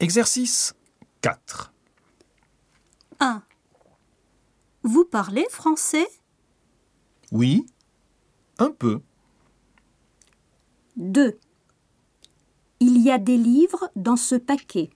Exercice 4. 1. Vous parlez français Oui, un peu. 2. Il y a des livres dans ce paquet.